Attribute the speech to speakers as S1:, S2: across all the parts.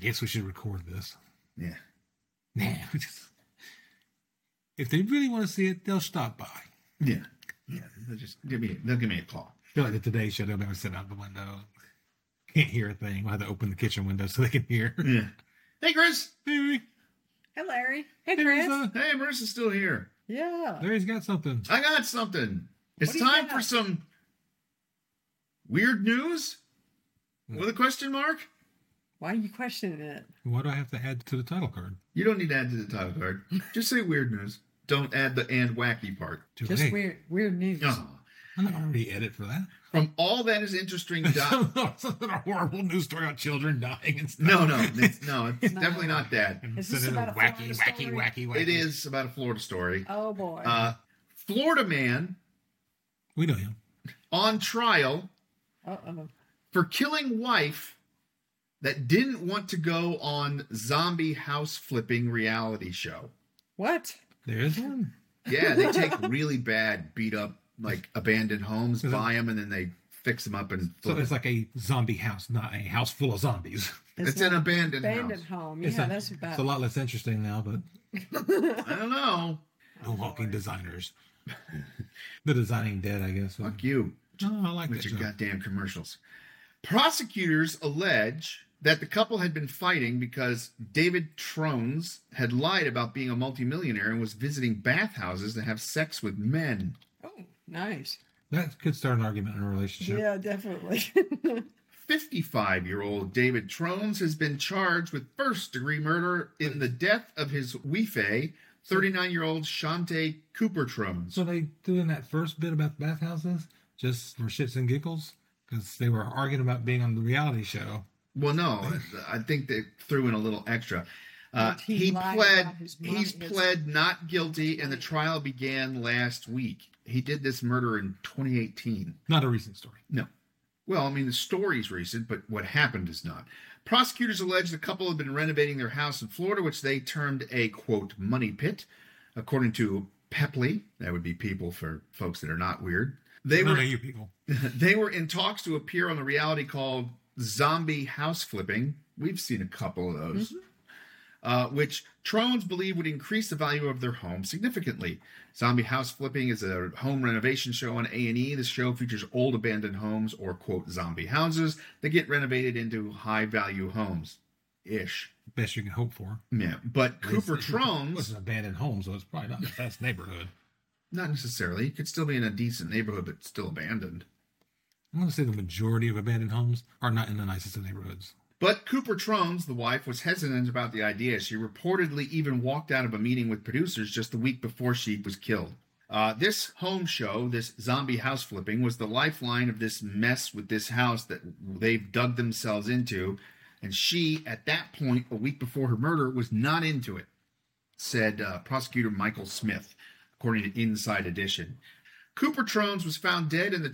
S1: guess we should record this.
S2: Yeah.
S1: Nah. we just- if they really want to see it, they'll stop by.
S2: Yeah. Yeah. They'll just give me they'll give me a call.
S1: They're like the Today Show. They'll never sit out the window. Can't hear a thing. We'll have to open the kitchen window so they can hear.
S2: Yeah. Hey Chris.
S1: Larry,
S3: Hey, Larry. Hey,
S1: Larry's,
S3: Chris.
S1: uh,
S2: Hey, Marissa's still here.
S3: Yeah.
S1: Larry's got something.
S2: I got something. It's
S3: do you
S2: time
S3: got?
S2: for some weird news with a question mark.
S3: Why are you questioning it?
S1: What do I have to add to the title card?
S2: You don't need to add to the title card. Just say weird news. Don't add the and wacky part.
S1: Too
S3: Just
S1: late.
S3: weird, weird news.
S2: Aw.
S1: I'm not going to re-edit for that.
S2: From all that is interesting. dot-
S1: Something a horrible news story on children dying and stuff.
S2: no, no, it's, no, it's definitely not that.
S1: And
S3: Is this
S1: send it in
S3: about a
S1: wacky,
S3: Florida
S1: wacky,
S3: story?
S1: wacky, wacky.
S2: It is about a Florida story.
S3: Oh boy.
S2: Uh, Florida man
S1: We know him.
S2: on trial
S3: Uh oh.
S2: for killing wife that didn't want to go on zombie house flipping reality show.
S3: What?
S1: There is one.
S2: Yeah, they take really bad, beat up, like abandoned homes,
S1: Is it-
S2: buy them, and then they fix them up and
S1: So
S2: flip.
S1: it's like a zombie house, not a house full of zombies.
S2: it's,
S3: not
S2: an abandoned,
S3: abandoned
S2: house.
S3: home.
S1: It's
S3: Yeah,
S1: a-
S3: that's
S1: It's a
S3: about.
S1: lot less interesting now, but
S2: I don't know.
S1: the walking designers. the designing dead, I guess.
S2: Fuck you.
S1: No, I like that
S2: With your
S1: joke.
S2: goddamn commercials. Prosecutors allege that the couple had been fighting because David Trones had lied about being a multimillionaire and was visiting bathhouses to have sex with men.
S3: Oh, nice.
S1: That could start an argument in a relationship.
S3: Yeah, definitely.
S2: 55 year old David Trones has been charged with first degree murder in the death of his wife, 39 year old Shante Cooper Trones.
S1: So they doing that first bit about the bathhouses just for shits and giggles because they were arguing about being on the reality show.
S2: Well, no, I think they threw in a little extra. Uh,
S3: But he
S2: he
S3: lied
S2: pled.
S3: about his money.
S2: He's pled not guilty, and the trial began last week. He did this murder in 2018.
S1: Not a recent story.
S2: No. Well, I mean, the story's recent, but what happened is not. Prosecutors allege the couple had been renovating their house in Florida, which they termed a, quote, money pit. According to Pepley, that would be people for folks that are not weird. They
S1: None
S2: were
S1: of you people.
S2: they were in talks to appear on the reality called Zombie House Flipping. We've seen a couple of those, uh, which Trones believe would increase the value of their home significantly. Zombie House Flipping is a home renovation show on A and E. The show features old abandoned homes or quote zombie houses that get renovated into high value homes, ish.
S1: Best you can hope for.
S2: Yeah, but Cooper
S1: Well,
S2: Trones
S1: it's an abandoned home, so it's probably not the best neighborhood.
S2: not necessarily. It could still be in a decent neighborhood, but still abandoned.
S1: I'm going to say the majority of abandoned homes are not in the nicest of neighborhoods.
S2: But Cooper Trones, the wife, was hesitant about the idea. She reportedly even walked out of a meeting with producers just the week before she was killed. Uh, this home show, this zombie house flipping, was the lifeline of this mess with this house that they've dug themselves into. And she, at that point, a week before her murder, was not into it, said uh, prosecutor Michael Smith, according to Inside Edition. Cooper Trones was found dead in the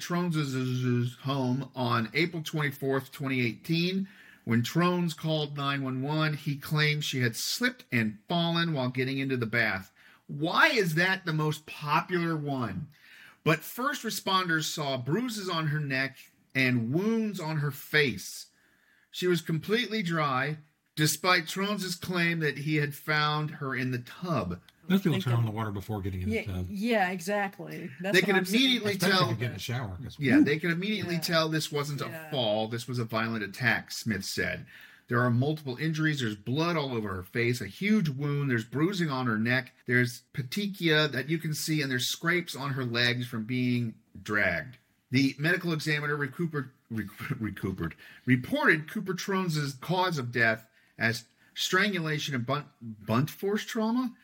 S2: Trones' home on April 24th, 2018. When Trones called 911, he claimed she had slipped and fallen while getting into the bath. Why is that the most popular one? But first responders saw bruises on her neck and wounds on her face. She was completely dry, despite Trones' claim that he had found her in the tub.
S1: Most people
S3: Think
S1: turn
S3: of-
S1: on the water before getting in the
S3: yeah,
S1: tub.
S3: yeah, exactly. That's
S2: uh, They
S3: what
S2: can
S3: I'm saying.
S2: immediately
S1: Especially if
S2: tell
S1: you get in the shower. 'cause-
S2: Yeah, they can immediately
S3: Yeah.
S2: tell this wasn't a
S3: Yeah.
S2: fall. This was a violent attack, Smith said. There are multiple injuries. There's blood all over her face, a huge wound. There's bruising on her neck. There's petechia that you can see, and there's scrapes on her legs from being dragged. The medical examiner recuper- rec- recupered, reported Cooper Trones' cause of death as strangulation and bunt, bunt force trauma?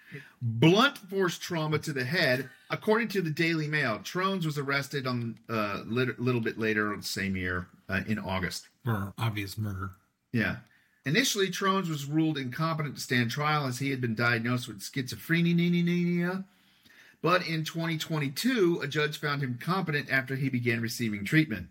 S2: blunt force trauma to the head. According to the Daily Mail, Trones was arrested on a uh, lit- little bit later on the same year uh, in August.
S1: For obvious murder.
S2: Yeah. Initially, Trones was ruled incompetent to stand trial as he had been diagnosed with schizophrenia. But in 2022, a judge found him competent after he began receiving treatment.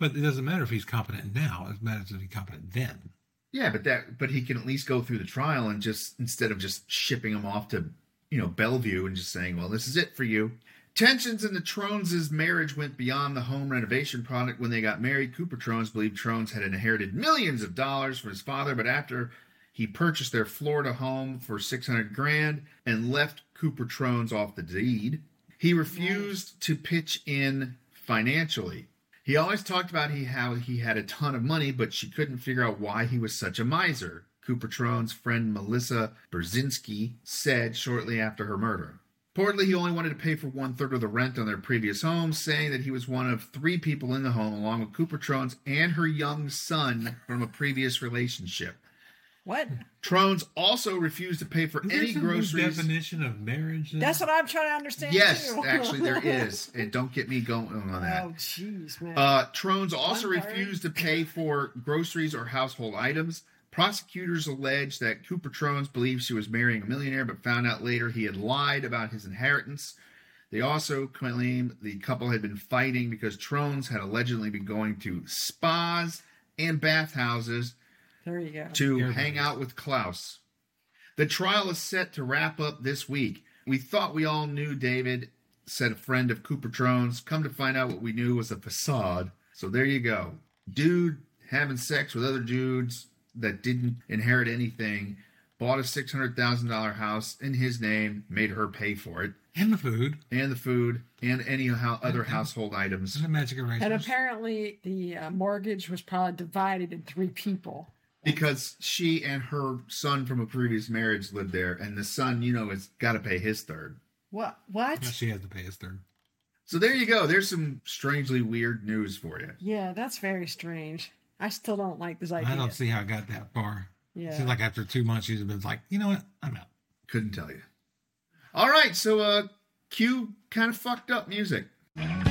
S1: But it doesn't matter if he's competent now. It matters if he's competent then.
S2: Yeah, but that but he can at least go through the trial and just instead of just shipping him off to, you know, Bellevue and just saying, "Well, this is it for you." Tensions in the Trones' marriage went beyond the home renovation project when they got married. Cooper Trones believed Trones had inherited millions of dollars from his father, but after He purchased their Florida home for 600 grand and left Cooper Trones off the deed. He refused to pitch in financially. He always talked about he, how he had a ton of money, but she couldn't figure out why he was such a miser. Cooper Trone's friend Melissa Brzezinski said shortly after her murder. Reportedly, he only wanted to pay for one third of the rent on their previous home, saying that he was one of three people in the home, along with Cooper Trones and her young son from a previous relationship.
S3: What?
S2: Trones also refused to pay for
S1: Is there
S2: any
S1: some new
S2: groceries.
S1: definition of marriage? then?
S3: That's what I'm trying to understand.
S2: Yes,
S3: too.
S2: actually, there is. And don't get me going on that.
S3: Oh, jeez, man.
S2: Uh, Trones also
S3: One third.
S2: refused to pay for groceries or household items. Prosecutors allege that Cooper Trones believed she was marrying a millionaire, but found out later he had lied about his inheritance. They also claim the couple had been fighting because Trones had allegedly been going to spas and bathhouses
S3: there you go.
S2: to
S1: Air
S2: hang
S1: Base.
S2: out with Klaus. The trial is set to wrap up this week. We thought we all knew David, said a friend of Cooper Trones. Come to find out what we knew was a facade. So there you go. Dude having sex with other dudes that didn't inherit anything, bought a $600,000 house in his name, made her pay for it,
S1: and the food
S2: and the food, and any ho- other household items.
S1: and the magic erasers.
S3: And apparently, the uh, mortgage was probably divided in three people.
S2: Because she and her son from a previous marriage lived there, and the son, you know, has got to pay his third.
S3: What? What?
S1: Now she has to pay his third.
S2: So there you go. There's some strangely weird news for you.
S3: Yeah, that's very strange. I still don't like this idea.
S1: I don't see how it got that far.
S3: Yeah.
S1: Seems like after two months, she's been like, you know what? I'm out.
S2: Couldn't tell you. All right, so uh cue kind of fucked up music.
S4: Thank you.